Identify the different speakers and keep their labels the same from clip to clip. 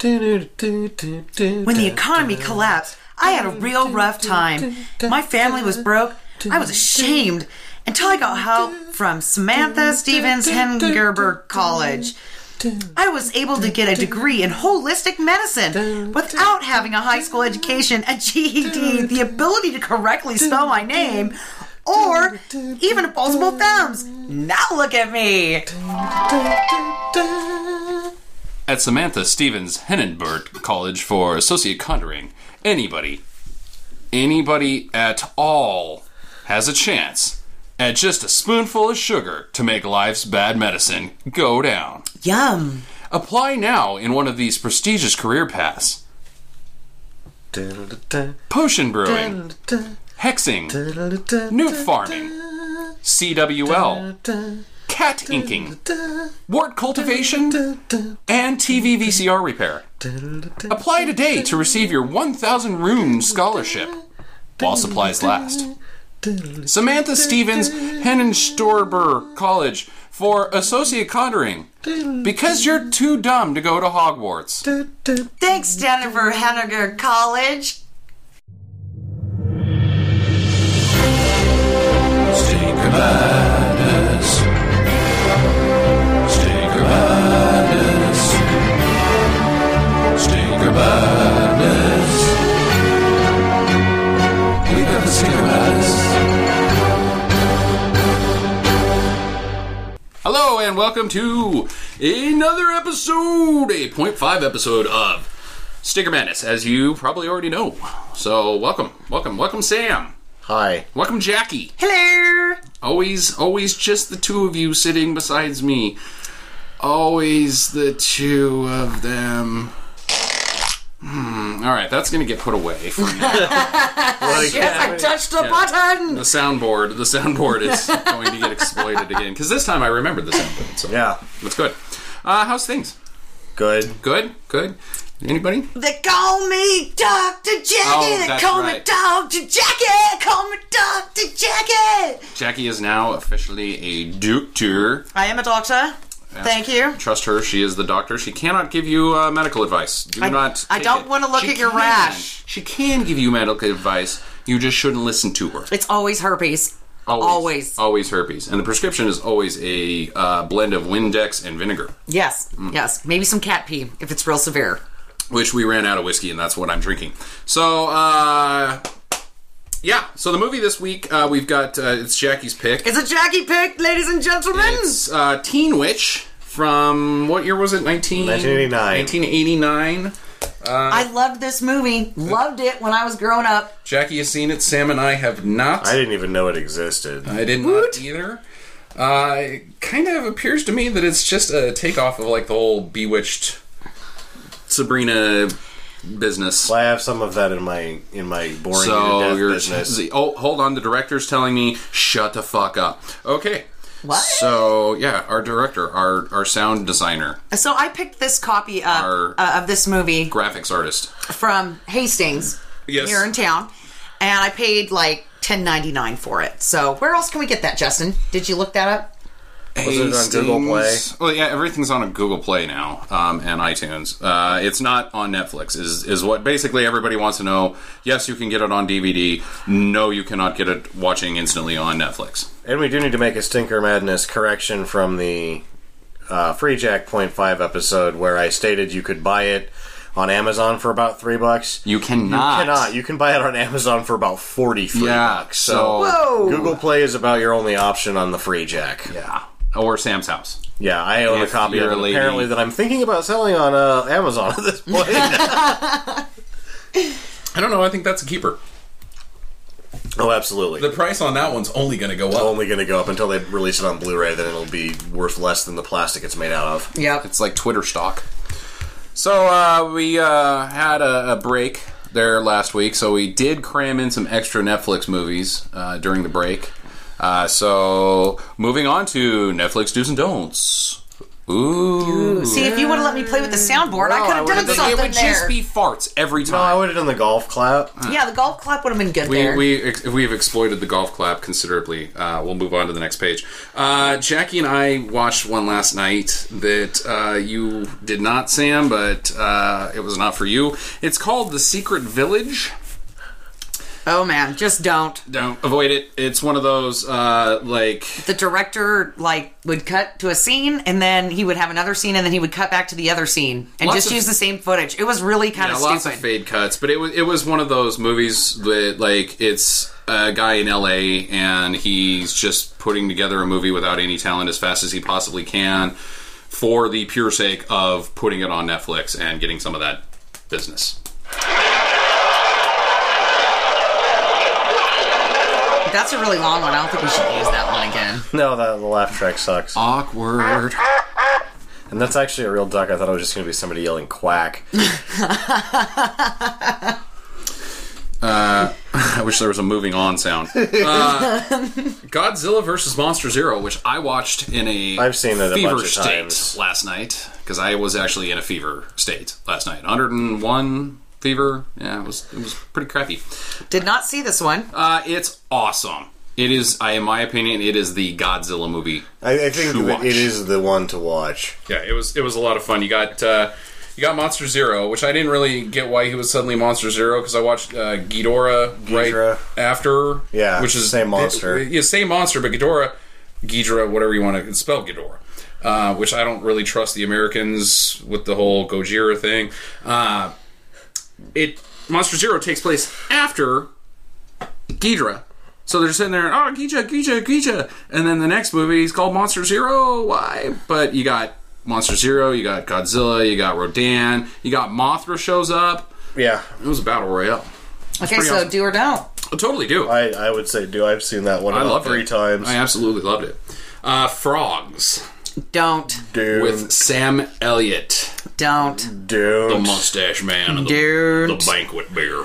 Speaker 1: When
Speaker 2: When the economy collapsed, I had a real rough time. My family was broke. I was ashamed until I got help from Samantha Stevens Hengerberg College. I was able to get a degree in holistic medicine without having a high school education, a GED, the ability to correctly spell my name, or even a multiple thumbs. Now look at me.
Speaker 3: At Samantha Stevens Hennenberg College for Associate Conjuring, anybody, anybody at all has a chance at just a spoonful of sugar to make life's bad medicine go down.
Speaker 2: Yum.
Speaker 3: Apply now in one of these prestigious career paths potion brewing, hexing, newt farming, CWL, cat inking, wart cultivation, and TV VCR repair. Apply today to receive your 1,000 room scholarship while supplies last. Samantha Stevens Hennenstorber College for Associate Conjuring. Because you're too dumb to go to Hogwarts.
Speaker 2: Thanks, Jennifer Henniger College.
Speaker 4: Stinker Madness. Stinker Madness. Stinker Madness. We've got the Stinker Madness.
Speaker 3: Hello and welcome to another episode, a point five episode of Sticker Madness, as you probably already know. So welcome, welcome, welcome, Sam.
Speaker 1: Hi.
Speaker 3: Welcome, Jackie.
Speaker 2: Hello.
Speaker 3: Always, always just the two of you sitting besides me. Always the two of them. Hmm. All right, that's gonna get put away from the
Speaker 2: Yes, I touched the button.
Speaker 3: soundboard. The soundboard is going to get exploited again because this time I remembered the soundboard. So
Speaker 1: Yeah.
Speaker 3: that's good. Uh, how's things?
Speaker 1: Good.
Speaker 3: Good, good. Anybody?
Speaker 2: They call me Dr. Jackie.
Speaker 3: Oh,
Speaker 2: they
Speaker 3: that's
Speaker 2: call me
Speaker 3: right.
Speaker 2: Dr. Jackie. Call me Dr. Jackie.
Speaker 3: Jackie is now officially a doctor.
Speaker 2: I am a doctor. Thank you.
Speaker 3: Trust her; she is the doctor. She cannot give you uh, medical advice. Do not.
Speaker 2: I
Speaker 3: take
Speaker 2: don't
Speaker 3: it.
Speaker 2: wanna look
Speaker 3: She
Speaker 2: at your
Speaker 3: can.
Speaker 2: rash.
Speaker 3: She can give you medical advice. You just shouldn't listen to her.
Speaker 2: It's always herpes.
Speaker 3: Always, Oh.
Speaker 2: Always.
Speaker 3: always herpes, and the prescription is always a uh, blend of Windex and vinegar,
Speaker 2: Yes,
Speaker 3: Mm.
Speaker 2: yes. Maybe some cat pee if it's real severe.
Speaker 3: which we ran out of whiskey, and that's what I'm drinking. So, uh, yeah. So the movie this week uh, we've got uh, it's Jackie's pick.
Speaker 2: It's a Jackie pick, ladies and gentlemen.
Speaker 3: It's uh, Teen Witch from what year was it? 19...
Speaker 1: 1989.
Speaker 3: 1989. uh,
Speaker 2: I loved this movie. Loved it when I was growing up.
Speaker 3: Jackie has seen it. Sam and I have not.
Speaker 1: I didn't even know it existed.
Speaker 3: I did not either. Uh, it kind of appears to me that it's just a takeoff of like the whole Bewitched Sabrina business.
Speaker 1: Well, I have some of that in my in my boring you to
Speaker 3: So
Speaker 1: death
Speaker 3: you're
Speaker 1: business.
Speaker 3: oh hold on, the director's telling me shut the fuck up. Okay.
Speaker 2: What?
Speaker 3: So yeah, our director, our our sound designer,
Speaker 2: So I picked this copy up
Speaker 3: Our-
Speaker 2: uh, of this movie
Speaker 3: graphics artist.
Speaker 2: from Hastings
Speaker 3: Yes.
Speaker 2: here in town, and I paid like ten ninety nine for it. So where else can we get that, Justin? Did you look that up?
Speaker 1: Was it on Google Play?
Speaker 3: Hastings- Well, yeah, everything's on a Google Play now um, and iTunes. Uh, it's not on Netflix. Is is what basically everybody wants to know. Yes, you can get it on DVD. No, you cannot get it watching instantly on Netflix.
Speaker 1: And we do need to make a stinker madness correction from the uh, Free Jack Point Five episode where I stated you could buy it on Amazon for about three bucks.
Speaker 3: You cannot.
Speaker 1: cannot. You can buy it on Amazon for about forty three
Speaker 3: Yeah.
Speaker 1: bucks.
Speaker 3: So.
Speaker 1: So
Speaker 2: Whoa!
Speaker 1: Google Play is about your only option on the Free Jack.
Speaker 3: Yeah. Or Sam's house.
Speaker 1: Yeah, I own
Speaker 3: If
Speaker 1: a copy of
Speaker 3: you're
Speaker 1: it
Speaker 3: a lady.
Speaker 1: apparently that I'm thinking about selling on uh, Amazon at this point.
Speaker 3: I don't know. I think that's a keeper.
Speaker 1: oh, absolutely.
Speaker 3: The price on that one's only going to go up.
Speaker 1: only going to go up until they release it on Blu-ray. Then it'll be worth less than the plastic it's made out of.
Speaker 2: Yep.
Speaker 3: It's like Twitter stock. So uh, we uh, had a, a break there last week, so we did cram in some extra Netflix movies uh, during the break. Uh, so moving on to Netflix do's and don'ts.
Speaker 5: Ooh.
Speaker 2: See, if you would have let me play with the soundboard, I
Speaker 1: No,
Speaker 2: could
Speaker 1: I
Speaker 2: have
Speaker 1: would've
Speaker 2: done
Speaker 1: been-
Speaker 2: something
Speaker 5: it would
Speaker 2: there.
Speaker 5: just be farts every time.
Speaker 1: No, Oh, I would have done the golf clap.
Speaker 2: yeah, the golf clap would have been good
Speaker 3: We,
Speaker 2: there.
Speaker 3: we ex- we've exploited the golf clap considerably. Uh, we'll move on to the next page. Uh, Jackie and I watched one last night that uh, you did not, Sam, but uh, it was not for you. It's called The Secret Village.
Speaker 2: oh man, just don't.
Speaker 3: Don't avoid it. It's one of those uh, like
Speaker 2: The director like would cut to a scene, and then he would have another scene, and then he would cut back to the other scene, and
Speaker 3: Lots
Speaker 2: just
Speaker 3: of-
Speaker 2: use the same footage. It was really kind
Speaker 3: yeah,
Speaker 2: of
Speaker 3: lots of
Speaker 2: stupid.
Speaker 3: fade cuts, but it was it was one of those movies that like it's a guy in L.A. and he's just putting together a movie without any talent as fast as he possibly can for the pure sake of putting it on Netflix and getting some of that business.
Speaker 2: That's a really long one. I don't think we should use that one again.
Speaker 1: No, that the laugh track sucks.
Speaker 3: Awkward.
Speaker 1: And that's actually a real duck. I thought it was just going to be somebody yelling quack.
Speaker 3: I wish there was a moving on sound. Uh, Godzilla versus Monster Zero, which I watched in a
Speaker 1: I've seen it a
Speaker 3: fever
Speaker 1: bunch of
Speaker 3: state
Speaker 1: times.
Speaker 3: last night because I was actually in a fever state last night. 101 fever. Yeah, it was it was pretty crappy.
Speaker 2: Did not see this one.
Speaker 3: Uh, it's awesome. It is, I in my opinion, it is the Godzilla movie
Speaker 1: I, I think
Speaker 3: To
Speaker 1: that
Speaker 3: watch.
Speaker 1: it is the one to watch.
Speaker 3: yeah, it was it was a lot of fun. You got uh, you got Monster Zero, which I didn't really get why he was suddenly Monster Zero because I watched uh, Ghidorah right
Speaker 1: Ghidorah.
Speaker 3: after,
Speaker 1: Yeah,
Speaker 3: which is
Speaker 1: same monster.
Speaker 3: yeah, same monster, but Ghidorah, Ghidorah, whatever you want to spell Ghidorah. Uh, which I don't really trust the Americans with the whole Gojira thing. Uh, it Monster Zero takes place after Ghidra. So they're sitting there, oh, Ghidra, Ghidra, Ghidra. And then the next movie is called Monster Zero. Why? But you got Monster Zero, you got Godzilla, you got Rodan, you got Mothra shows up.
Speaker 1: Yeah,
Speaker 3: It was a battle royale.
Speaker 2: Okay, so
Speaker 3: awesome.
Speaker 2: do or don't.
Speaker 3: I totally do. I,
Speaker 1: I, I would say do. I've seen that one about
Speaker 3: loved
Speaker 1: three
Speaker 3: it.
Speaker 1: times.
Speaker 3: I absolutely loved it. Uh, Frogs
Speaker 2: Don't.
Speaker 1: Dude,
Speaker 3: with Sam Elliott,
Speaker 2: Don't.
Speaker 3: the
Speaker 1: dude.
Speaker 3: mustache man, and the, the
Speaker 2: Don't.
Speaker 3: banquet beer.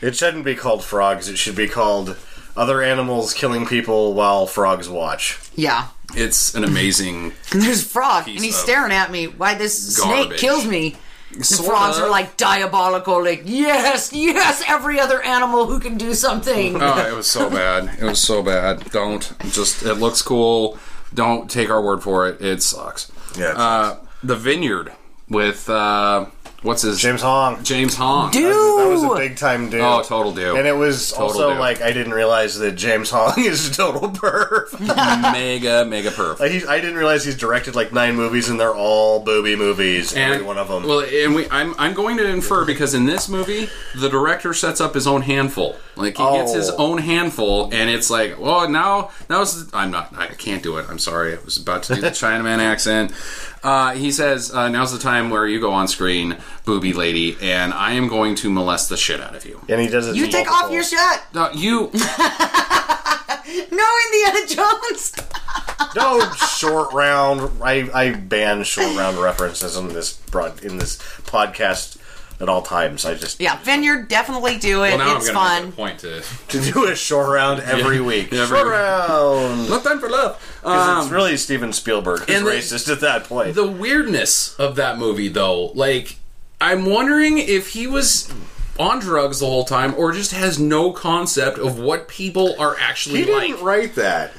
Speaker 1: It shouldn't be called frogs. It should be called other animals killing people while frogs watch.
Speaker 2: Yeah.
Speaker 3: It's an amazing
Speaker 2: And there's a frog, and he's
Speaker 3: of
Speaker 2: staring at me. Why this
Speaker 3: garbage.
Speaker 2: snake kills me? The
Speaker 3: Sort
Speaker 2: frogs
Speaker 3: of.
Speaker 2: are like diabolical, like yes, yes, every other animal who can do something.
Speaker 3: Oh, it was so bad. It was so bad. Don't just. It looks cool. Don't take our word for it. It sucks.
Speaker 1: Yeah, it
Speaker 3: Uh, the Vineyard with uh, what's his
Speaker 1: James Hong.
Speaker 3: James Hong.
Speaker 1: That was a
Speaker 2: Dude,
Speaker 1: big time dude.
Speaker 3: Oh, total dude.
Speaker 1: And it was also
Speaker 3: dude.
Speaker 1: like I didn't realize that James Hong is a total perv.
Speaker 3: mega mega perf.
Speaker 1: Like, he, I didn't realize he's directed like nine movies and they're all booby movies. every one of them.
Speaker 3: Well, and we, I'm I'm going to infer because in this movie, the director sets up his own handful. Like he gets his
Speaker 1: Oh.
Speaker 3: own handful, and it's like, well, now now it's, I'm not I can't do it. I'm sorry, I was about to do the Chinaman accent. Uh, he says, uh, "Now's the time where you go on screen, booby lady, and I am going to molest the shit out of you."
Speaker 1: and he does it.
Speaker 2: you
Speaker 1: to
Speaker 2: take
Speaker 1: multiple-
Speaker 2: off your shirt.
Speaker 3: No, you
Speaker 2: No, Indiana Jones.
Speaker 1: No short round. I, I ban short round references in this broad in this podcast at all times. I just
Speaker 2: Yeah, Vineyard, definitely do it.
Speaker 3: well now
Speaker 2: it's
Speaker 3: I'm going to
Speaker 2: fun.
Speaker 3: make it a point to
Speaker 1: to do a short round every week.
Speaker 3: every-
Speaker 1: short round.
Speaker 3: not time for love.
Speaker 1: 'Cause
Speaker 2: Um,
Speaker 1: it's really Steven Spielberg who's
Speaker 3: and the-
Speaker 1: racist at that point.
Speaker 3: the weirdness of that movie though like i'm wondering if he was on drugs the whole time or just has no concept of what people are actually
Speaker 1: he
Speaker 3: like
Speaker 1: didn't write that.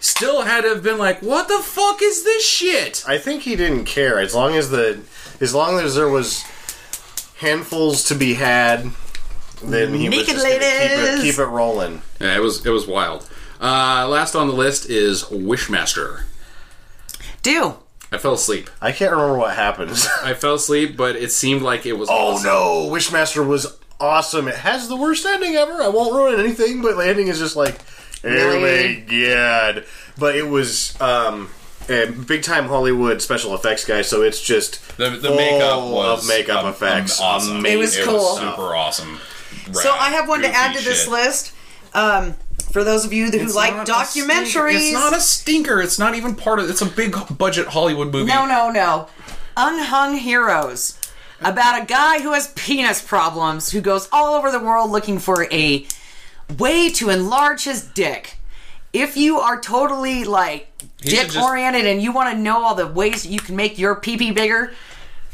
Speaker 3: still had to have been like what the fuck is this shit
Speaker 1: I think he didn't care as long as the as long as there was handfuls to be had. Then he was
Speaker 2: Naked
Speaker 1: just gonna keep it,
Speaker 2: ladies.
Speaker 1: keep it rolling.
Speaker 3: yeah, it was it was wild uh, last on the list is wishmaster
Speaker 2: Do.
Speaker 3: i fell asleep
Speaker 1: I can't remember what happens.
Speaker 3: i fell asleep but it seemed like it was
Speaker 1: Oh no, Wishmaster was awesome. It has the worst ending ever. I won't ruin anything, but the ending is just like, oh my
Speaker 2: Really?
Speaker 1: god. But it was um, a big time Hollywood special effects guy, so it's just
Speaker 6: The, the makeup
Speaker 1: full
Speaker 6: was
Speaker 1: Oh, of makeup
Speaker 6: um,
Speaker 1: effects.
Speaker 6: um, awesome.
Speaker 1: Amazing.
Speaker 2: It was cool.
Speaker 6: super awesome.
Speaker 2: So I have one to add to this list. Um, for those of you who like documentaries,
Speaker 3: it's not a stinker it's not even part of it's a big budget hollywood movie
Speaker 2: No, no, no. Unhung Heroes. About a guy who has penis problems who goes all over the world looking for a way to enlarge his dick. If you are totally like
Speaker 3: should
Speaker 2: dick
Speaker 3: just-
Speaker 2: oriented and you want to know all the ways that you can make your pee pee bigger,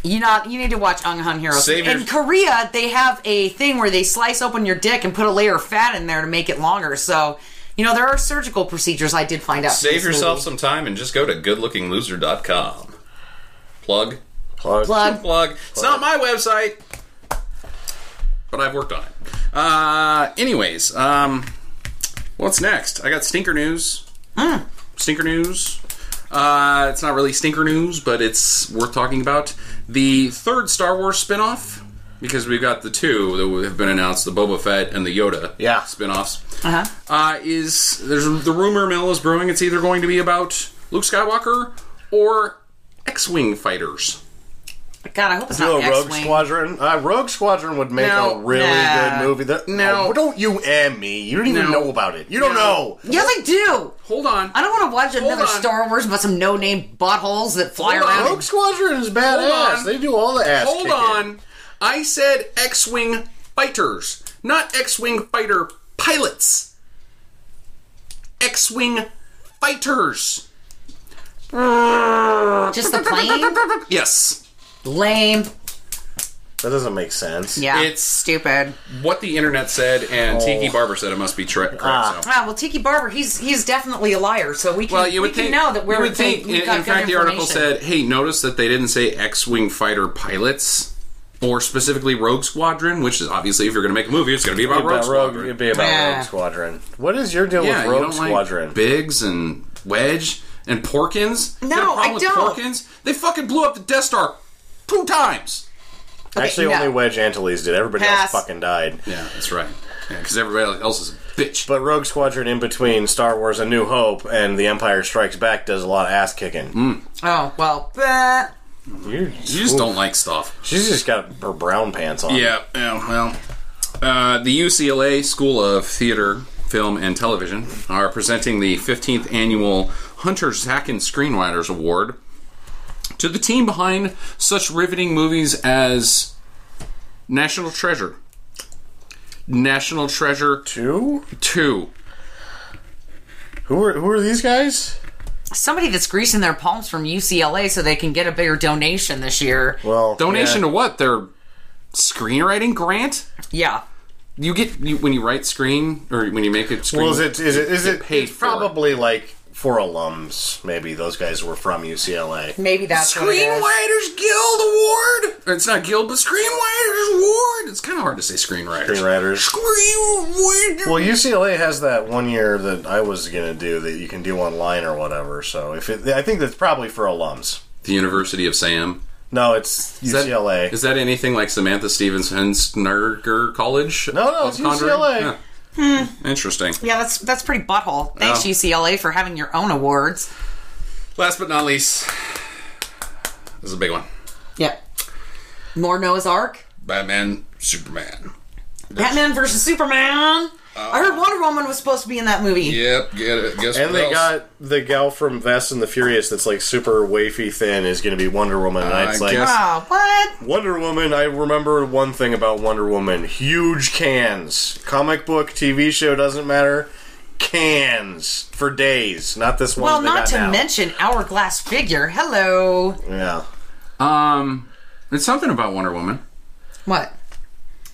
Speaker 2: you not you need to watch Ung Hun Heroes.
Speaker 3: Save your-
Speaker 2: in Korea, they have a thing where they slice open your dick and put a layer of fat in there to make it longer. So, you know, there are surgical procedures I did find out. for
Speaker 3: Save
Speaker 2: this
Speaker 3: yourself
Speaker 2: movie.
Speaker 3: some time and just go to goodlookingloser.com. Plug.
Speaker 1: Plug.
Speaker 2: Plug.
Speaker 3: Plug. It's not my website, but I've worked on it. Uh, anyways, um, what's next? I got stinker news. Stinker news. Uh, it's not really stinker news, but it's worth talking about. The third Star Wars spinoff, because we've got the two that have been announced the Boba Fett and the Yoda
Speaker 1: Yeah.
Speaker 3: spinoffs.
Speaker 2: Uh-huh.
Speaker 3: Uh, is there's the rumor mill is brewing. It's either going to be about Luke Skywalker or X-wing fighters.
Speaker 2: God, I hope it's
Speaker 1: Do
Speaker 2: not
Speaker 1: a Rogue
Speaker 2: X-wing.
Speaker 1: Squadron. Uh, Rogue Squadron would make
Speaker 3: No.
Speaker 1: a really
Speaker 2: Nah.
Speaker 1: good movie. That,
Speaker 3: No.
Speaker 1: Oh, don't you and me. You don't even
Speaker 3: No.
Speaker 1: know about it. You don't know.
Speaker 2: Yes, I do.
Speaker 3: Hold on.
Speaker 2: I don't want to watch another
Speaker 3: on.
Speaker 2: Star Wars about some no-name buttholes that fly
Speaker 3: Hold on.
Speaker 2: around.
Speaker 3: Rogue
Speaker 1: Rogue Squadron is badass.
Speaker 3: on.
Speaker 1: They do all the ass.
Speaker 3: Hold
Speaker 1: kicking.
Speaker 3: on. I said X-wing fighters, not X-wing fighter pilots. X-wing fighters.
Speaker 2: Just the plane.
Speaker 3: Yes.
Speaker 2: Lame.
Speaker 1: That doesn't make sense.
Speaker 2: Yeah,
Speaker 3: It's-
Speaker 2: stupid.
Speaker 3: What the internet said and Tiki Barber said it must be tre- correct. so.
Speaker 2: Ah, well, Tiki Barber, he's he's definitely a liar. So we can
Speaker 3: Well, you would
Speaker 2: we
Speaker 3: think
Speaker 2: can know that we're
Speaker 3: you would think.
Speaker 2: we
Speaker 3: in
Speaker 2: got
Speaker 3: in
Speaker 2: good
Speaker 3: fact, the article
Speaker 2: information.
Speaker 3: said, "Hey, notice that they didn't say X-wing fighter pilots." Or specifically Rogue Squadron, which is obviously if you're going to make a movie, it's going to be about
Speaker 1: It'd be
Speaker 3: Rogue
Speaker 1: about Rogue,
Speaker 3: Squadron.
Speaker 1: it'd be about
Speaker 2: Yeah.
Speaker 1: Rogue Squadron. What is your deal
Speaker 3: yeah,
Speaker 1: with Rogue
Speaker 3: you don't
Speaker 1: Squadron?
Speaker 3: like Biggs and Wedge and Porkins. You
Speaker 2: No,
Speaker 3: got a problem
Speaker 2: I
Speaker 3: with
Speaker 2: don't.
Speaker 3: Porkins? They fucking blew up the Death Star two times.
Speaker 2: Okay,
Speaker 1: Actually,
Speaker 2: no.
Speaker 1: only Wedge Antilles did. Everybody
Speaker 2: Pass.
Speaker 1: else fucking died.
Speaker 3: Yeah, that's right. Because everybody else is a bitch.
Speaker 1: But Rogue Squadron, in between Star Wars: A New Hope and The Empire Strikes Back, does a lot of ass kicking.
Speaker 2: Oh well, but
Speaker 1: You,
Speaker 3: Mm. you just don't like stuff.
Speaker 1: She's just got her brown pants on.
Speaker 3: Yeah, yeah, well. Uh, the UCLA School of Theater, Film, and Television are presenting the 15th annual Hunter Zakin Screenwriters Award to the team behind such riveting movies as National Treasure, National Treasure
Speaker 1: Two?
Speaker 3: 2,
Speaker 1: Who are who are these guys?
Speaker 2: somebody that's greasing their palms from UCLA so they can get a bigger donation this year.
Speaker 1: Well,
Speaker 3: donation to what? Their screenwriting grant?
Speaker 2: Yeah,
Speaker 3: You get you, when you write screen or when you make a screen.
Speaker 1: Well, is it is it is it
Speaker 3: paid
Speaker 1: it's
Speaker 3: for it.
Speaker 1: probably like for alums? Maybe those guys were from UCLA.
Speaker 2: maybe that's what it is.
Speaker 3: Screenwriters Guild Award. Or It's not Guild, but Screenwriters Award. It's kind of hard to say screenwriters.
Speaker 1: Screenwriters.
Speaker 3: Screenwriters.
Speaker 1: Well, UCLA has that one year that I was gonna do that you can do online or whatever. So if it, I think that's probably for alums.
Speaker 3: The University of Sam.
Speaker 1: No, it's
Speaker 3: Is that-
Speaker 1: UCLA.
Speaker 3: Is that anything like Samantha Stevenson Snurger College?
Speaker 1: No, no,
Speaker 3: of
Speaker 1: it's
Speaker 3: Conjuring?
Speaker 1: UCLA.
Speaker 3: Yeah. Interesting.
Speaker 2: Yeah, that's that's pretty butthole. Thanks
Speaker 3: Oh.
Speaker 2: UCLA for having your own awards.
Speaker 3: Last but not least, this is a big one.
Speaker 2: Yep. More Noah's Ark.
Speaker 3: Batman, Superman.
Speaker 2: Batman versus Superman. I heard Wonder Woman was supposed to be in that movie.
Speaker 3: Yep, get it. Guess
Speaker 1: and
Speaker 3: what
Speaker 1: they
Speaker 3: else?
Speaker 1: got the gal from Vast and the Furious that's like super wafy thin is going to be Wonder Woman. And
Speaker 3: Uh, I
Speaker 1: it's like,
Speaker 3: guess-
Speaker 2: Oh, what?
Speaker 1: Wonder Woman, I remember one thing about Wonder Woman huge cans. Comic book, TV show, doesn't matter. Cans for days, not this one.
Speaker 2: Well,
Speaker 1: they
Speaker 2: not
Speaker 1: got
Speaker 2: to
Speaker 1: now.
Speaker 2: mention hourglass figure. Hello.
Speaker 1: Yeah.
Speaker 3: Um, it's something about Wonder Woman.
Speaker 2: What?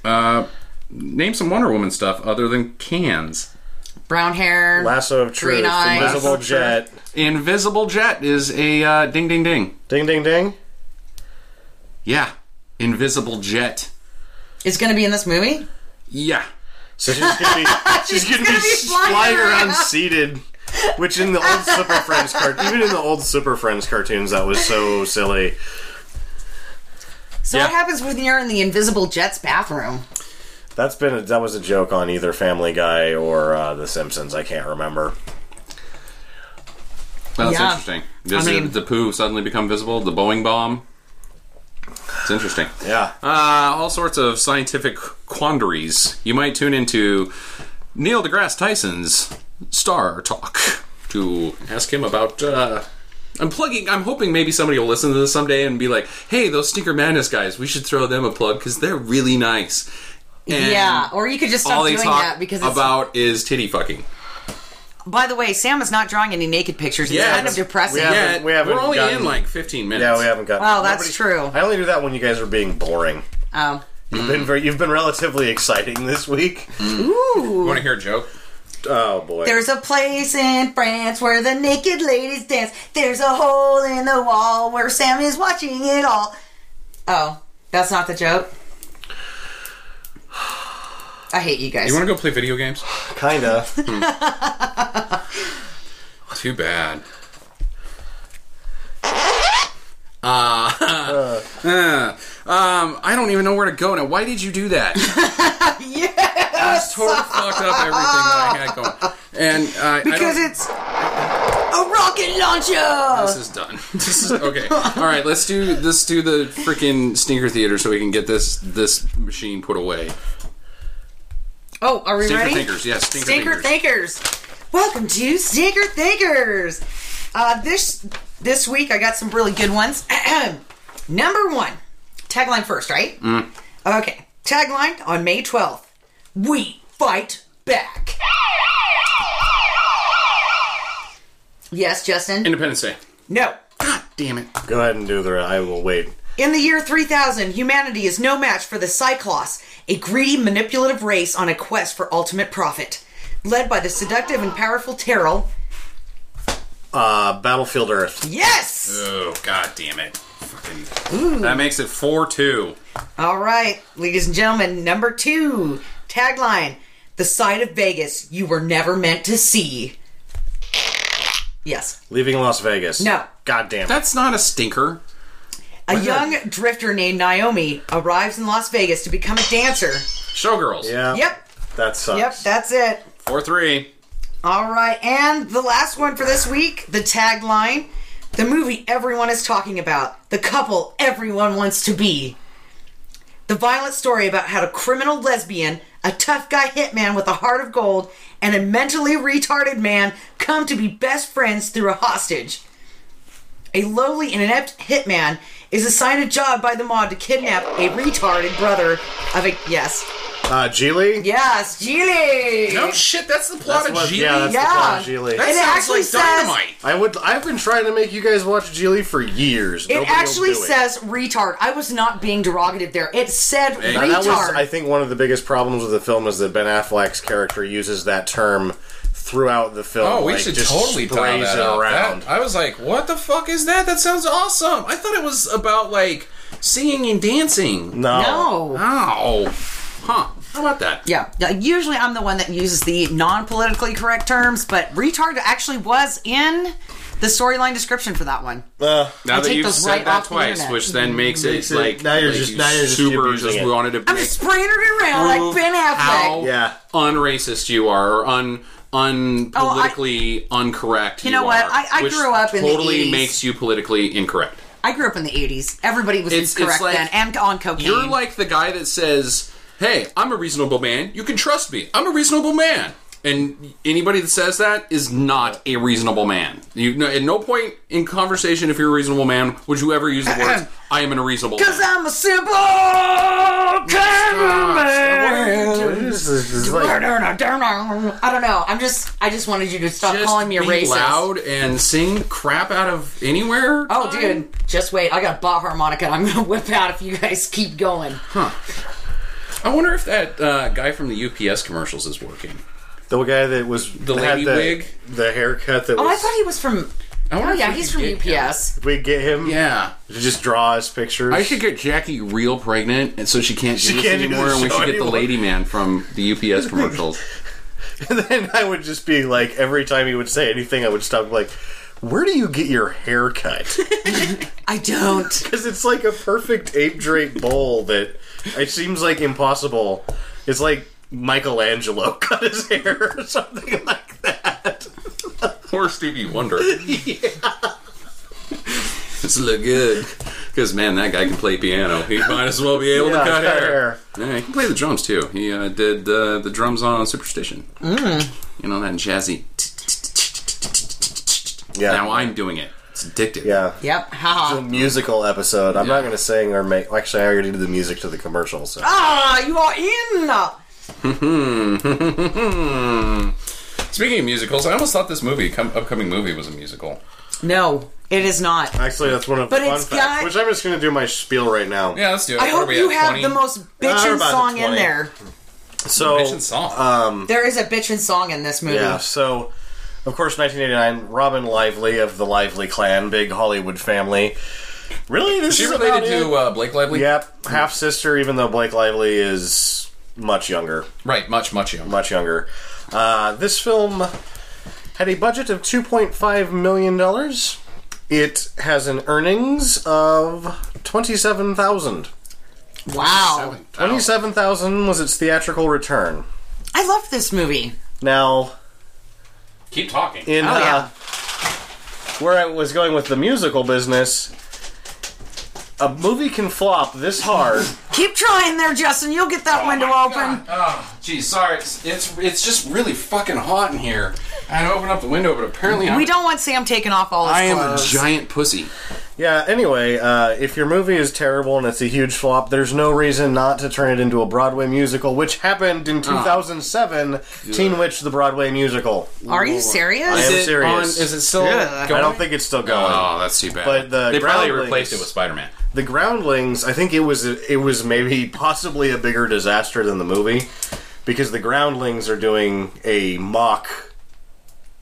Speaker 3: Uh, name some Wonder Woman stuff other than cans.
Speaker 2: Brown hair.
Speaker 1: Lasso of Truth,
Speaker 2: Green eyes.
Speaker 1: Invisible
Speaker 3: Lasso of
Speaker 1: Jet.
Speaker 3: Invisible Jet is a uh, ding ding ding.
Speaker 1: Ding, ding, ding.
Speaker 3: Yeah. Invisible Jet.
Speaker 2: is going to be in this movie.
Speaker 3: Yeah.
Speaker 1: So she's going to be, she's gonna
Speaker 2: gonna
Speaker 1: be,
Speaker 2: be flying
Speaker 1: flying, around
Speaker 2: around.
Speaker 1: seated. Which in the old Super Friends cart, even in the old Super Friends cartoons, that was so silly.
Speaker 2: So
Speaker 3: Yeah.
Speaker 2: what happens when you're in the Invisible Jet's bathroom?
Speaker 1: That's been a, that was a joke on either Family Guy or uh, The Simpsons. I can't remember.
Speaker 3: Well, that's
Speaker 2: Yeah.
Speaker 3: interesting. Does
Speaker 2: I
Speaker 3: the-
Speaker 2: mean-
Speaker 3: the poo suddenly become visible? The Boeing bomb? It's interesting.
Speaker 1: Yeah,
Speaker 3: Uh, all sorts of scientific quandaries. You might tune into Neil deGrasse Tyson's Star Talk to ask him about. Uh, I'm plugging. I'm hoping maybe somebody will listen to this someday and be like, "Hey, those Stinker Madness guys, we should throw them a plug because they're really nice." And
Speaker 2: yeah, or you could just
Speaker 3: all
Speaker 2: stop
Speaker 3: they
Speaker 2: doing
Speaker 3: talk
Speaker 2: that because it's
Speaker 3: about is titty fucking.
Speaker 2: by the way, Sam is not drawing any naked pictures. It's
Speaker 3: Yeah,
Speaker 2: kind of
Speaker 3: that's-
Speaker 2: depressing.
Speaker 1: we haven't-
Speaker 3: Yeah, we are only
Speaker 1: gotten-
Speaker 3: in like 15 minutes.
Speaker 1: Yeah, we haven't got.
Speaker 2: Wow, that's true.
Speaker 1: I only do that when you guys are being boring.
Speaker 2: Um,
Speaker 1: You've been very, you've been relatively exciting this week.
Speaker 3: Want to hear a joke?
Speaker 1: Oh boy,
Speaker 2: There's a place in France where the naked ladies dance. There's a hole in the wall where Sam is watching it all. Oh, that's not the joke. I hate you guys.
Speaker 3: You want to go play video games?
Speaker 1: kind of.
Speaker 3: Too bad. Uh, uh, um, I don't even know where to go now. Why did you do that? That's totally fucked up everything that I had going. And uh,
Speaker 2: because
Speaker 3: I don't-
Speaker 2: it's a rocket launcher.
Speaker 3: this is done. This is okay. All right, let's do let's do the freaking sneaker theater so we can get this this machine put away.
Speaker 2: Oh, are we
Speaker 3: Stinker
Speaker 2: ready?
Speaker 3: thinkers, yes, stinker,
Speaker 2: Stinker
Speaker 3: thinkers.
Speaker 2: Thinkers. Welcome to Stinker Thinkers. Uh, this this week I got some really good ones. Number one, tagline first, right? Okay, tagline on May twelfth: We fight back. Yes, Justin.
Speaker 3: Independence Day.
Speaker 2: no.
Speaker 3: God damn it!
Speaker 1: Go ahead and do the. I will wait.
Speaker 2: In the year 3000, humanity is no match for the Cyclops, a greedy, manipulative race on a quest for ultimate profit. Led by the seductive and powerful Terrell.
Speaker 1: Uh, Battlefield Earth.
Speaker 2: Yes!
Speaker 3: Oh god damn it! Fucking. That makes it four two.
Speaker 2: All right, ladies and gentlemen, number two tagline The side of Vegas you were never meant to see. Yes.
Speaker 1: Leaving Las Vegas.
Speaker 2: No.
Speaker 1: God damn. it.
Speaker 3: That's not a stinker.
Speaker 2: A young drifter named Naomi arrives in Las Vegas to become a dancer.
Speaker 3: Showgirls.
Speaker 1: Yeah.
Speaker 2: Yep,
Speaker 1: That sucks.
Speaker 2: yep, that's it.
Speaker 3: Four three.
Speaker 2: All right, and the last one for this week, the tagline, the movie everyone is talking about, the couple everyone wants to be. The violent story about how a criminal lesbian, a tough guy hitman with a heart of gold, and a mentally retarded man come to be best friends through a hostage. A lowly and inept hitman is assigned a job by the mob to kidnap a retarded brother of a yes,
Speaker 1: Uh, Geely.
Speaker 2: yes, Geely.
Speaker 3: No shit, that's the plot
Speaker 1: That's
Speaker 3: of
Speaker 1: what-
Speaker 3: Genie.
Speaker 1: yeah, that's
Speaker 2: Yeah.
Speaker 1: the plot of Geely.
Speaker 3: that
Speaker 2: It
Speaker 3: sounds
Speaker 2: actually
Speaker 3: like
Speaker 2: says-
Speaker 3: dynamite.
Speaker 1: I would. I've been trying to make you guys watch Geely for years.
Speaker 2: It
Speaker 1: Nobody will
Speaker 2: actually
Speaker 1: do it.
Speaker 2: says retard. I was not being derogative there. It said
Speaker 1: Now,
Speaker 2: retard.
Speaker 1: that was, I think, one of the biggest problems with the film is that Ben Affleck's character uses that term throughout the film.
Speaker 3: Oh, we
Speaker 1: like,
Speaker 3: should
Speaker 1: just
Speaker 3: totally tie
Speaker 1: sprays
Speaker 3: that
Speaker 1: it
Speaker 3: up.
Speaker 1: around.
Speaker 3: That- I was like, "What the fuck is that? That sounds awesome." I thought it was about like singing and dancing.
Speaker 1: no.
Speaker 2: no.
Speaker 3: Ow. Huh. How about that?
Speaker 2: Yeah. Yeah, Usually I'm the one that uses the non politically correct terms, but retard actually was in the storyline description for that one.
Speaker 1: Uh,
Speaker 3: Now
Speaker 2: I
Speaker 3: that
Speaker 2: take
Speaker 3: you've
Speaker 2: those
Speaker 3: said
Speaker 2: right
Speaker 3: that
Speaker 2: off the
Speaker 3: twice,
Speaker 2: internet.
Speaker 3: which then makes it
Speaker 1: Makes it-
Speaker 3: like
Speaker 1: now you're
Speaker 3: like
Speaker 1: just-
Speaker 3: you
Speaker 1: now you're just
Speaker 3: super
Speaker 1: abusing
Speaker 3: just
Speaker 1: it.
Speaker 3: wanted to.
Speaker 2: I'm
Speaker 3: make
Speaker 2: just spraying it around like
Speaker 3: prove
Speaker 2: Ben
Speaker 3: How
Speaker 2: Affleck.
Speaker 1: Yeah.
Speaker 3: unracist you are, or un unpolitically uncorrect. You
Speaker 2: Oh, know what?
Speaker 3: are,
Speaker 2: I- I
Speaker 3: which
Speaker 2: grew up in the
Speaker 3: totally
Speaker 2: 80s.
Speaker 3: makes you politically incorrect.
Speaker 2: I grew up in the 80s. Everybody was
Speaker 3: It's- it's
Speaker 2: incorrect
Speaker 3: like-
Speaker 2: then and on cocaine.
Speaker 3: You're like the guy that says, "Hey, I'm a reasonable man. You can trust me. I'm a reasonable man." And anybody that says that is not a reasonable man. You no, at no point in conversation, if you're a reasonable man, would you ever use the words "I am an unreasonable"?
Speaker 2: Because
Speaker 3: man.
Speaker 2: I'm a simple cameraman.
Speaker 1: What is this? It's like-
Speaker 2: I don't know. I'm just. I just wanted you to stop
Speaker 3: Just
Speaker 2: calling me a
Speaker 3: be
Speaker 2: racist.
Speaker 3: loud and sing crap out of anywhere.
Speaker 2: Oh,
Speaker 3: time?
Speaker 2: dude, just wait. I got Bah harmonica. I'm gonna whip out if you guys keep going.
Speaker 3: I wonder if that uh, guy from the UPS commercials is working.
Speaker 1: The guy that was the
Speaker 3: lady
Speaker 1: the,
Speaker 3: wig?
Speaker 1: the haircut that
Speaker 2: Oh, I
Speaker 1: was.
Speaker 2: thought he was from.
Speaker 3: I wonder
Speaker 2: Oh
Speaker 3: if
Speaker 2: yeah,
Speaker 3: we
Speaker 2: he's
Speaker 3: could
Speaker 2: from
Speaker 3: get him.
Speaker 2: UPS.
Speaker 1: we get him
Speaker 3: Yeah.
Speaker 1: to just draw us pictures.
Speaker 3: I should get Jackie real pregnant, and so she can't do
Speaker 1: She
Speaker 3: this
Speaker 1: can't do
Speaker 3: anymore.
Speaker 1: the
Speaker 3: and we
Speaker 1: show
Speaker 3: should get the
Speaker 1: anymore.
Speaker 3: lady man from the UPS commercials.
Speaker 1: and then I would just be like, every time he would say anything, I would stop and be like, "Where do you get your haircut?"
Speaker 2: I don't.
Speaker 1: Because it's like a perfect ape drape bowl that it seems like impossible. It's like Michelangelo cut his hair or something like that.
Speaker 3: Poor Stevie Wonder. yeah. this look good because man, that guy can play piano. He might as well be able
Speaker 1: Yeah,
Speaker 3: to Oh, cut,
Speaker 1: cut
Speaker 3: hair. Yeah, he can play the drums too. He uh, did uh, the drums on Superstition.
Speaker 1: Mm.
Speaker 3: You know that jazzy.
Speaker 1: Yeah.
Speaker 3: Now I'm doing it. It's addictive.
Speaker 1: Yeah.
Speaker 2: Yep. Haha.
Speaker 1: Musical episode. I'm not going to sing or make. Actually, I already did the music to the commercial. So
Speaker 2: Ah, you are in.
Speaker 3: Hmm. Speaking of musicals, I almost thought this movie, come, upcoming movie, was a musical.
Speaker 2: No, it is not.
Speaker 1: Actually, that's one of
Speaker 2: But
Speaker 1: the fun
Speaker 2: it's
Speaker 1: facts.
Speaker 2: got-
Speaker 1: Which I'm just going to do my spiel right now.
Speaker 3: Yeah, let's do it.
Speaker 2: I hope you have the most
Speaker 1: Uh, we're
Speaker 2: bitchin'
Speaker 1: about to
Speaker 2: song in
Speaker 1: 20.
Speaker 2: there.
Speaker 1: So
Speaker 3: Mention song.
Speaker 2: There is a bitchin' song in this movie.
Speaker 1: Yeah, so of course, 1989, Robin Lively of the Lively clan, big Hollywood family. Really, this
Speaker 3: Is she
Speaker 1: is
Speaker 3: related
Speaker 1: about it?
Speaker 3: to uh, Blake Lively?
Speaker 1: Yep, half sister. Even though Blake Lively is much younger,
Speaker 3: Right, much, much younger.
Speaker 1: much younger. Uh, this film had a budget of 2.5 million dollars. It has an earnings of 27,000.
Speaker 2: Wow.
Speaker 3: Wow.
Speaker 1: 27,000 was its theatrical return.
Speaker 2: I love this movie.
Speaker 1: Now,
Speaker 3: Keep talking.
Speaker 1: in
Speaker 2: Oh,
Speaker 1: uh,
Speaker 2: yeah.
Speaker 1: where I was going with the musical business, a movie can flop this hard.
Speaker 2: Keep trying there, Justin. You'll get that window
Speaker 3: my
Speaker 2: open.
Speaker 3: God. Oh, geez, sorry. It's, it's it's just really fucking hot in here. I had to open up the window, but apparently I'm,
Speaker 2: We don't want Sam taking off all his
Speaker 3: I am a
Speaker 2: clothes.
Speaker 3: giant pussy.
Speaker 1: yeah, anyway, uh, if your movie is terrible and it's a huge flop, there's no reason not to turn it into a Broadway musical, which happened
Speaker 3: Ah.
Speaker 1: in 2007, Teen Witch the Broadway musical.
Speaker 2: Are you serious?
Speaker 1: I am serious.
Speaker 3: is it still
Speaker 2: Yeah.
Speaker 1: I
Speaker 3: going?
Speaker 1: don't think it's still going.
Speaker 3: Oh, that's too bad.
Speaker 1: But the
Speaker 3: they probably
Speaker 1: Groundlings-
Speaker 3: replaced it with Spider-Man.
Speaker 1: The Groundlings, I think it was it was maybe possibly a bigger disaster than the movie because the Groundlings are doing a mock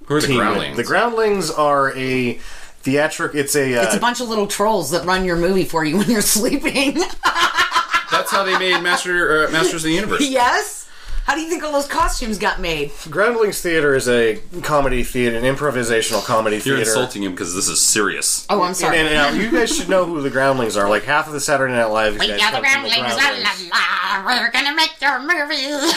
Speaker 3: Who are the
Speaker 1: team.
Speaker 3: Groundlings?
Speaker 1: The Groundlings are a theatric. It's a. Uh,
Speaker 2: It's a bunch of little trolls that run your movie for you when you're sleeping.
Speaker 3: that's how they made Master uh, Masters of the Universe.
Speaker 2: yes? How do you think all those costumes got made?
Speaker 1: Groundlings theater is a comedy theater, an improvisational comedy
Speaker 5: You're
Speaker 1: theater.
Speaker 5: insulting him because this is serious.
Speaker 2: Oh, I'm sorry.
Speaker 1: And uh, you guys should know who the Groundlings are. Like half of the Saturday Night Live guys
Speaker 6: We
Speaker 1: come
Speaker 6: are the
Speaker 1: from the
Speaker 6: Ramblings, la la
Speaker 1: Groundlings.
Speaker 6: la. We're gonna make your movie.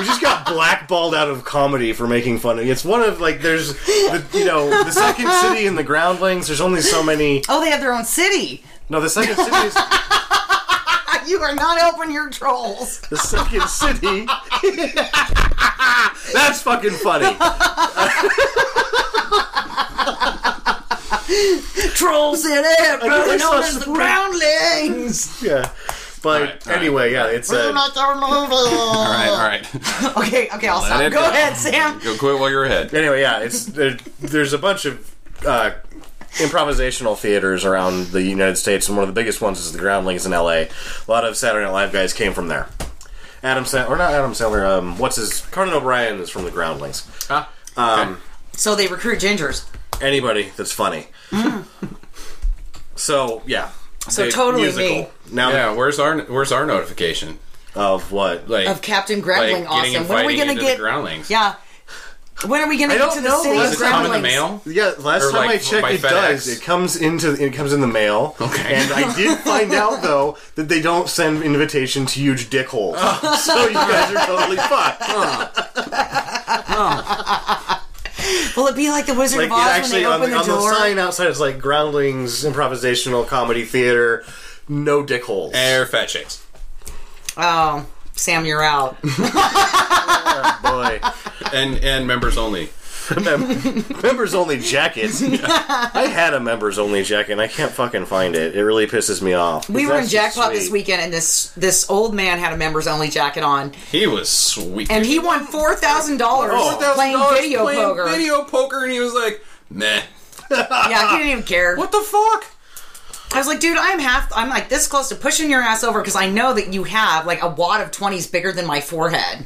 Speaker 1: We just got blackballed out of comedy for making fun of. It's one of like there's the, you know the Second City and the Groundlings. There's only so many.
Speaker 2: Oh, they have their own city.
Speaker 1: No, the Second City is.
Speaker 2: You are not helping your trolls.
Speaker 1: the second city. That's fucking funny.
Speaker 2: trolls in it, brother
Speaker 1: really saw
Speaker 2: known as the
Speaker 1: some-
Speaker 2: Groundlings.
Speaker 1: Yeah. But
Speaker 3: right, all right.
Speaker 1: anyway, yeah, it's uh,
Speaker 6: We're
Speaker 1: a,
Speaker 6: make your movie.
Speaker 3: All right, all right.
Speaker 2: Okay, okay, I'll
Speaker 5: it
Speaker 2: stop. Go
Speaker 5: go.
Speaker 2: ahead, Sam.
Speaker 5: Go quit while you're ahead.
Speaker 1: anyway, yeah, it's there, there's a bunch of uh, improvisational theaters around the United States, and one of the biggest ones is the Groundlings in L.A. A lot of Saturday Night Live guys came from there. Adam Sandler, or not Adam Sandler, um, what's his? Conan O'Brien is from the Groundlings.
Speaker 3: Ah,
Speaker 1: Um,
Speaker 2: So they recruit gingers.
Speaker 1: Anybody that's funny.
Speaker 2: Mm.
Speaker 1: so yeah.
Speaker 2: So
Speaker 1: Big
Speaker 2: totally me.
Speaker 1: Now
Speaker 3: yeah, where's our where's our notification?
Speaker 1: of what?
Speaker 3: Like
Speaker 2: Of Captain
Speaker 3: like
Speaker 2: Gremlin
Speaker 3: getting
Speaker 2: Awesome. When are we
Speaker 3: invited
Speaker 2: gonna
Speaker 3: into
Speaker 2: get
Speaker 3: the Groundlings?
Speaker 2: Yeah. When are we gonna
Speaker 1: I
Speaker 2: get
Speaker 1: don't
Speaker 2: to the
Speaker 1: know,
Speaker 2: city
Speaker 1: unless
Speaker 2: of
Speaker 3: Does it come in the
Speaker 2: Gremlings?
Speaker 3: mail?
Speaker 1: Yeah, last
Speaker 3: Or,
Speaker 1: time
Speaker 3: like,
Speaker 1: I
Speaker 3: f-
Speaker 1: checked,
Speaker 3: by
Speaker 1: it does.
Speaker 3: FedEx.
Speaker 1: It comes into it comes in the mail.
Speaker 3: Okay.
Speaker 1: And I did find out though that they don't send invitation to huge dickholes, so you guys are totally fucked.
Speaker 2: Will it be like the Wizard
Speaker 1: Like it
Speaker 2: of Oz
Speaker 1: actually
Speaker 2: when they
Speaker 1: on, the,
Speaker 2: open the,
Speaker 1: on the
Speaker 2: door?
Speaker 1: sign outside, it's like Groundlings Improvisational Comedy Theater, no dickholes.
Speaker 3: Air fat chicks.
Speaker 2: oh, Sam, you're out.
Speaker 1: Oh, Boy,
Speaker 3: and and members only.
Speaker 1: Mem- members only jackets. I had a members only jacket, and I can't fucking find it. It really pisses me off.
Speaker 2: We were in
Speaker 1: That's just
Speaker 2: jackpot this
Speaker 1: sweet.
Speaker 2: weekend, and this this old man had a members only jacket on,
Speaker 3: He was sweet.
Speaker 2: and he won four thousand dollars
Speaker 3: Oh.
Speaker 2: playing
Speaker 3: $1,000
Speaker 2: video
Speaker 3: playing
Speaker 2: poker.
Speaker 3: Video poker, and he was like, "Meh,
Speaker 2: Yeah, he didn't even care.
Speaker 3: what the fuck."
Speaker 2: I was like, dude, I'm half. I'm like this close to pushing your ass over because I know that you have like a wad of twenties bigger than my forehead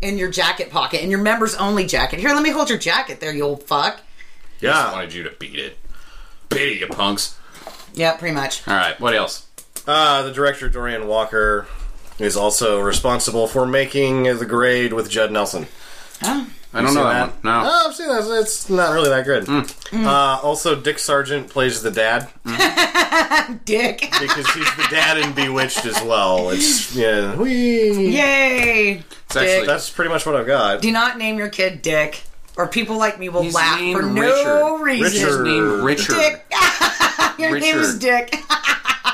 Speaker 2: in your jacket pocket, in your members only jacket. Here, let me hold your jacket, there, you old fuck.
Speaker 3: I
Speaker 1: Yeah.
Speaker 3: wanted you to beat it. Beat it, you punks.
Speaker 2: Yeah, pretty much.
Speaker 3: All right, what else?
Speaker 1: Uh, the director Dorian Walker is also responsible for making The Grade with Judd Nelson.
Speaker 3: I don't know
Speaker 1: that?
Speaker 3: that, one. No. Mm.
Speaker 1: Oh, I've seen that. It's not really that good. Uh, also, Dick Sargent plays the dad
Speaker 2: Dick.
Speaker 1: because he's the dad in Bewitched as well. It's yeah, Whee.
Speaker 2: Yay.
Speaker 3: it's actually
Speaker 1: That's pretty much what I've got.
Speaker 2: Do not name your kid Dick, or people like me will
Speaker 3: His
Speaker 2: laugh
Speaker 3: name
Speaker 2: for no
Speaker 3: Richard.
Speaker 2: reason.
Speaker 1: Richard.
Speaker 3: his name Richard,
Speaker 2: Dick. your name
Speaker 3: Richard.
Speaker 2: is Dick.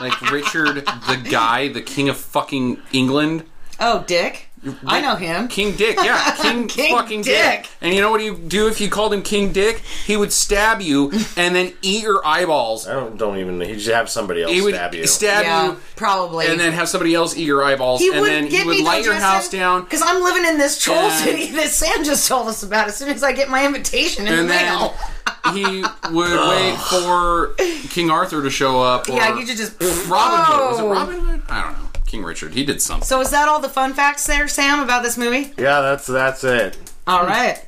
Speaker 3: like Richard, the guy, the king of fucking England.
Speaker 2: oh, Dick. I know him.
Speaker 3: King Dick, yeah, King,
Speaker 2: King
Speaker 3: fucking Dick.
Speaker 2: Dick.
Speaker 3: And you know what he would do if you called him King Dick? He would stab you and then eat your eyeballs.
Speaker 1: I don't, don't even. He should have somebody else
Speaker 3: He would
Speaker 1: stab you.
Speaker 2: yeah,
Speaker 3: stab
Speaker 2: probably.
Speaker 3: you and then have somebody else eat your eyeballs.
Speaker 2: he
Speaker 3: and
Speaker 2: wouldn't
Speaker 3: then
Speaker 2: get
Speaker 3: he would
Speaker 2: me
Speaker 3: light your house down.
Speaker 2: because I'm living in this troll
Speaker 3: And-
Speaker 2: city that Sam just told us about. As soon as I get my invitation in
Speaker 3: And
Speaker 2: the
Speaker 3: then
Speaker 2: mail,
Speaker 3: he would wait for King Arthur to show up. Or
Speaker 2: yeah, you could just
Speaker 3: Robin Hood. Was it
Speaker 2: Oh.
Speaker 3: Robin Hood? I don't know. King Richard. He did something.
Speaker 2: So is that all the fun facts there, Sam, about this movie?
Speaker 1: yeah, that's that's it.
Speaker 2: All right.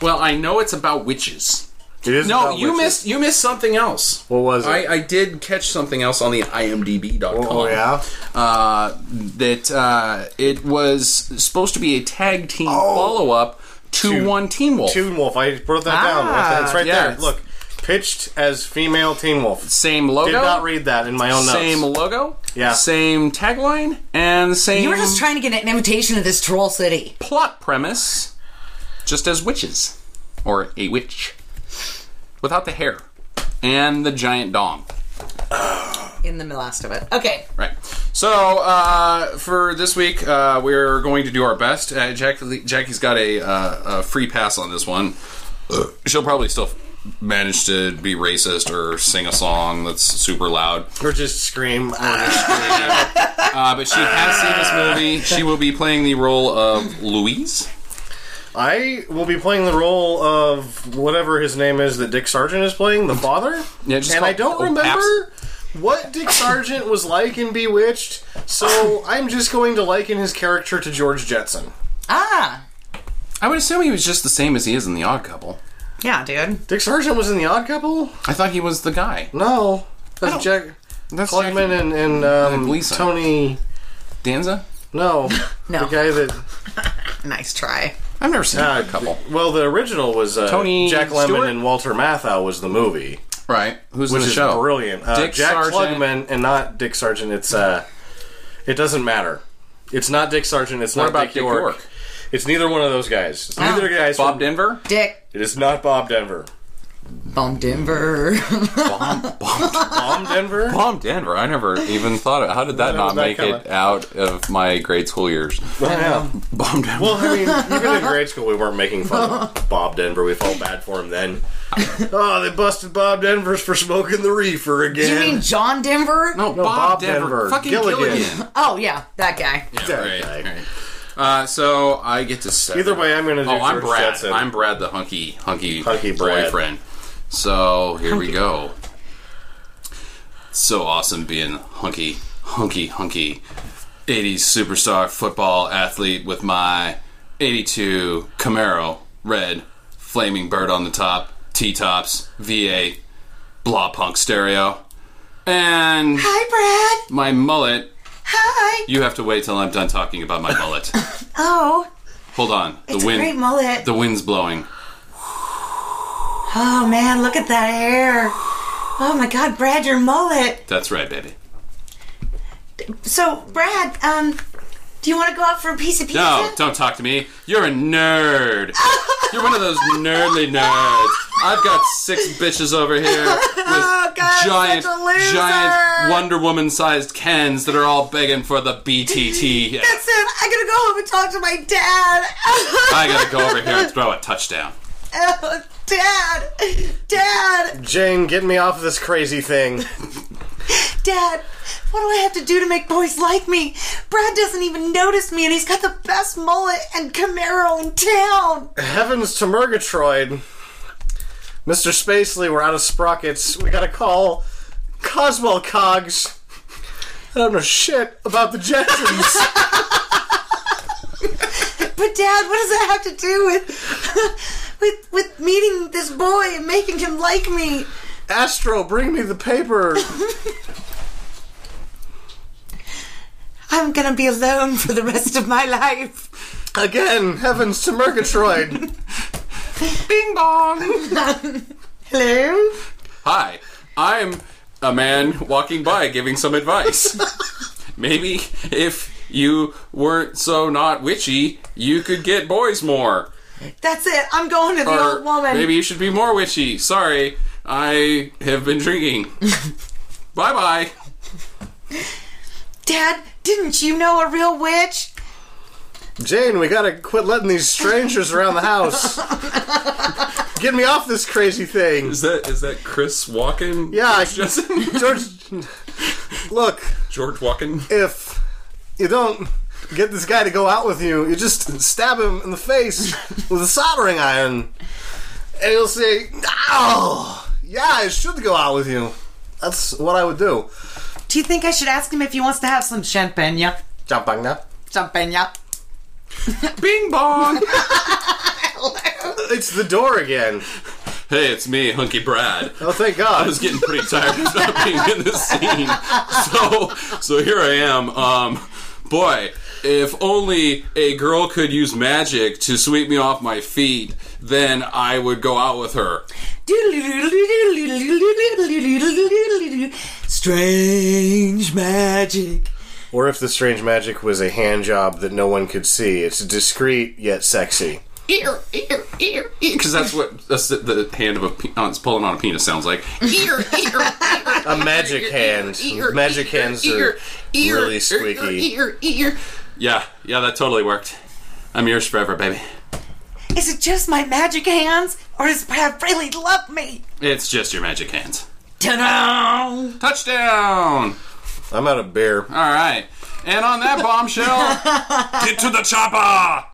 Speaker 3: Well, I know it's about witches.
Speaker 1: It is
Speaker 3: No,
Speaker 1: about
Speaker 3: you
Speaker 1: witches.
Speaker 3: missed you missed something else.
Speaker 1: What was it?
Speaker 3: I, I did catch something else on the IMDb.com.
Speaker 1: Oh, yeah?
Speaker 3: uh, that uh, it was supposed to be a tag team
Speaker 1: Oh.
Speaker 3: follow up to
Speaker 1: To-
Speaker 3: one Teen Wolf.
Speaker 1: Teen Wolf. I wrote that
Speaker 2: Ah,
Speaker 1: down. That's- It's right
Speaker 3: yeah,
Speaker 1: there.
Speaker 3: it's-
Speaker 1: Look, pitched as female Teen Wolf.
Speaker 3: Same logo.
Speaker 1: Did not read that in my own notes.
Speaker 3: same logo.
Speaker 1: Yeah.
Speaker 3: Same tagline and same
Speaker 2: You were just trying to get an invitation to this troll city.
Speaker 3: plot premise, just as witches or a witch, without the hair and the giant dong.
Speaker 2: In the last of it. Okay.
Speaker 3: Right. So uh, for this week, uh, we're going to do our best. Uh, Jackie, Jackie's got a, uh, a free pass on this one. Uh, She'll probably still manage to be racist or sing a song that's super loud.
Speaker 1: Or just scream.
Speaker 3: Uh, but she has seen this movie. She will be playing the role of Louise.
Speaker 1: I will be playing the role of whatever his name is that Dick Sargent is playing, the father.
Speaker 3: Yeah, just
Speaker 1: and
Speaker 3: call-
Speaker 1: I don't
Speaker 3: oh,
Speaker 1: remember what Dick Sargent was like in Bewitched, so I'm just going to liken his character to George Jetson.
Speaker 2: Ah.
Speaker 3: I would assume he was just the same as he is in The Odd Couple.
Speaker 2: Yeah, dude.
Speaker 1: Dick Sargent was in The Odd Couple?
Speaker 3: I thought he was the guy.
Speaker 1: No.
Speaker 3: don't-
Speaker 1: That's Jack
Speaker 3: That's
Speaker 1: Klugman
Speaker 3: Jackie
Speaker 1: and, and um,
Speaker 3: Gleason.
Speaker 1: Tony.
Speaker 3: Danza.
Speaker 1: No. The
Speaker 2: No.
Speaker 1: guy that.
Speaker 2: Nice try.
Speaker 3: I've never seen
Speaker 1: Uh,
Speaker 3: The Odd Couple.
Speaker 1: Well, the original was uh,
Speaker 3: Tony
Speaker 1: Jack Lemmon
Speaker 3: Stewart?
Speaker 1: and Walter Matthau was the movie,
Speaker 3: Right. Who's in
Speaker 1: which
Speaker 3: the
Speaker 1: is
Speaker 3: show?
Speaker 1: brilliant. Uh,
Speaker 3: Dick
Speaker 1: Jack
Speaker 3: Sargent.
Speaker 1: Klugman and not Dick Sargent. It's uh, it doesn't matter. It's not Dick Sargent. It's
Speaker 3: What
Speaker 1: not
Speaker 3: about
Speaker 1: Dick York. It's neither one of those guys. It's
Speaker 2: Oh.
Speaker 1: neither guys.
Speaker 3: Bob
Speaker 1: from-
Speaker 3: Denver.
Speaker 2: Dick.
Speaker 1: It is not Bob Denver.
Speaker 2: Bomb Denver.
Speaker 3: Bomb, bomb,
Speaker 1: Bob Denver.
Speaker 3: bomb Denver. I never even thought of How did that
Speaker 1: Yeah,
Speaker 3: not
Speaker 1: that
Speaker 3: make it
Speaker 1: kinda-
Speaker 3: out of my grade school years?
Speaker 1: Yeah.
Speaker 3: Bomb Denver.
Speaker 1: Well, I mean, even in grade school, we weren't making fun of Bob Denver. We felt bad for him then. oh, they busted Bob Denver's for smoking the reefer again.
Speaker 2: you mean John Denver?
Speaker 3: no,
Speaker 1: no,
Speaker 3: Bob,
Speaker 1: Bob
Speaker 3: Denver.
Speaker 1: Denver.
Speaker 3: Fucking Gilligan.
Speaker 1: Gilligan.
Speaker 2: Oh, yeah. That guy.
Speaker 3: Yeah, right, right. Uh, so I get to set.
Speaker 1: Either way, I'm going to do
Speaker 3: Oh, I'm
Speaker 1: George
Speaker 3: Brad.
Speaker 1: Jetson.
Speaker 3: I'm Brad, the hunky, hunky,
Speaker 1: Hunky Brad.
Speaker 3: boyfriend. So here we go. So awesome being hunky, hunky, hunky, '80s superstar football athlete with my '82 Camaro, red, flaming bird on the top, T tops, VA, blah punk stereo, and
Speaker 2: Hi, Brad.
Speaker 3: my mullet.
Speaker 2: Hi.
Speaker 3: You have to wait till I'm done talking about my mullet.
Speaker 2: Oh,
Speaker 3: Hold on, the
Speaker 2: it's a
Speaker 3: wind,
Speaker 2: great mullet.
Speaker 3: the wind's blowing.
Speaker 2: oh, man. Look at that hair. Oh, my God. Brad, your mullet.
Speaker 3: That's right, baby.
Speaker 2: So, Brad, um, do you want to go out for a piece of pizza?
Speaker 3: No, don't talk to me. You're a nerd. You're one of those nerdly nerds. I've got six bitches over here with
Speaker 2: Oh, God,
Speaker 3: giant,
Speaker 2: such a loser.
Speaker 3: giant Wonder Woman-sized Kens that are all begging for the BTT.
Speaker 2: That's it. I gotta go home and talk to my dad.
Speaker 3: I gotta go over here and throw a touchdown.
Speaker 2: Oh, dad, dad,
Speaker 1: Jane, get me off of this crazy thing.
Speaker 2: dad. What do I have to do to make boys like me? Brad doesn't even notice me, and he's got the best mullet and Camaro in town.
Speaker 1: Heavens to Murgatroyd. Mr. Spacely, we're out of sprockets. We gotta call Coswell Cogs. I don't know shit about the Jetsons.
Speaker 2: But dad, what does that have to do with with with meeting this boy and making him like me?
Speaker 1: Astro, bring me the paper.
Speaker 2: I'm gonna be alone for the rest of my life.
Speaker 1: Again, heavens to Murgatroyd.
Speaker 3: Bing bong.
Speaker 2: Hello.
Speaker 3: Hi, I'm a man walking by giving some advice. Maybe if you weren't so not witchy, you could get boys more.
Speaker 2: That's it. I'm going to the
Speaker 3: Or
Speaker 2: old woman.
Speaker 3: Maybe you should be more witchy. Sorry, I have been drinking. bye bye.
Speaker 2: Dad, didn't you know a real witch?
Speaker 1: Jane, we gotta quit letting these strangers around the house. Get me off this crazy thing.
Speaker 3: Is that is that Chris Walken?
Speaker 1: Yeah, I-
Speaker 3: Justin
Speaker 1: George, look,
Speaker 3: George Walken.
Speaker 1: if you don't get this guy to go out with you, you just stab him in the face with a soldering iron, and he'll say, "Ow, yeah, I should go out with you." That's what I would do.
Speaker 2: Do you think I should ask him if he wants to have some champagne?
Speaker 1: Jumping now.
Speaker 2: Champagne.
Speaker 3: Bing bong.
Speaker 1: It's the door again.
Speaker 3: hey, it's me, Hunky Brad.
Speaker 1: Oh, thank God.
Speaker 3: I was getting pretty tired of not being in this scene. So, so here I am. Um, boy, if only a girl could use magic to sweep me off my feet, then I would go out with her.
Speaker 2: Strange magic.
Speaker 1: Or if the strange magic was a hand job that no one could see. It's discreet yet sexy.
Speaker 3: Because that's what that's the, the hand of a pe- uh, it's pulling on a penis sounds like.
Speaker 1: A magic hand. Magic hands are really squeaky.
Speaker 3: Yeah, yeah, that totally worked. I'm yours forever, baby.
Speaker 2: Is it just my magic hands, or does Brad really love me?
Speaker 3: It's just your magic hands.
Speaker 2: Ta-da!
Speaker 3: Touchdown!
Speaker 1: I'm out of beer.
Speaker 3: All right. And on that bombshell, get to the chopper!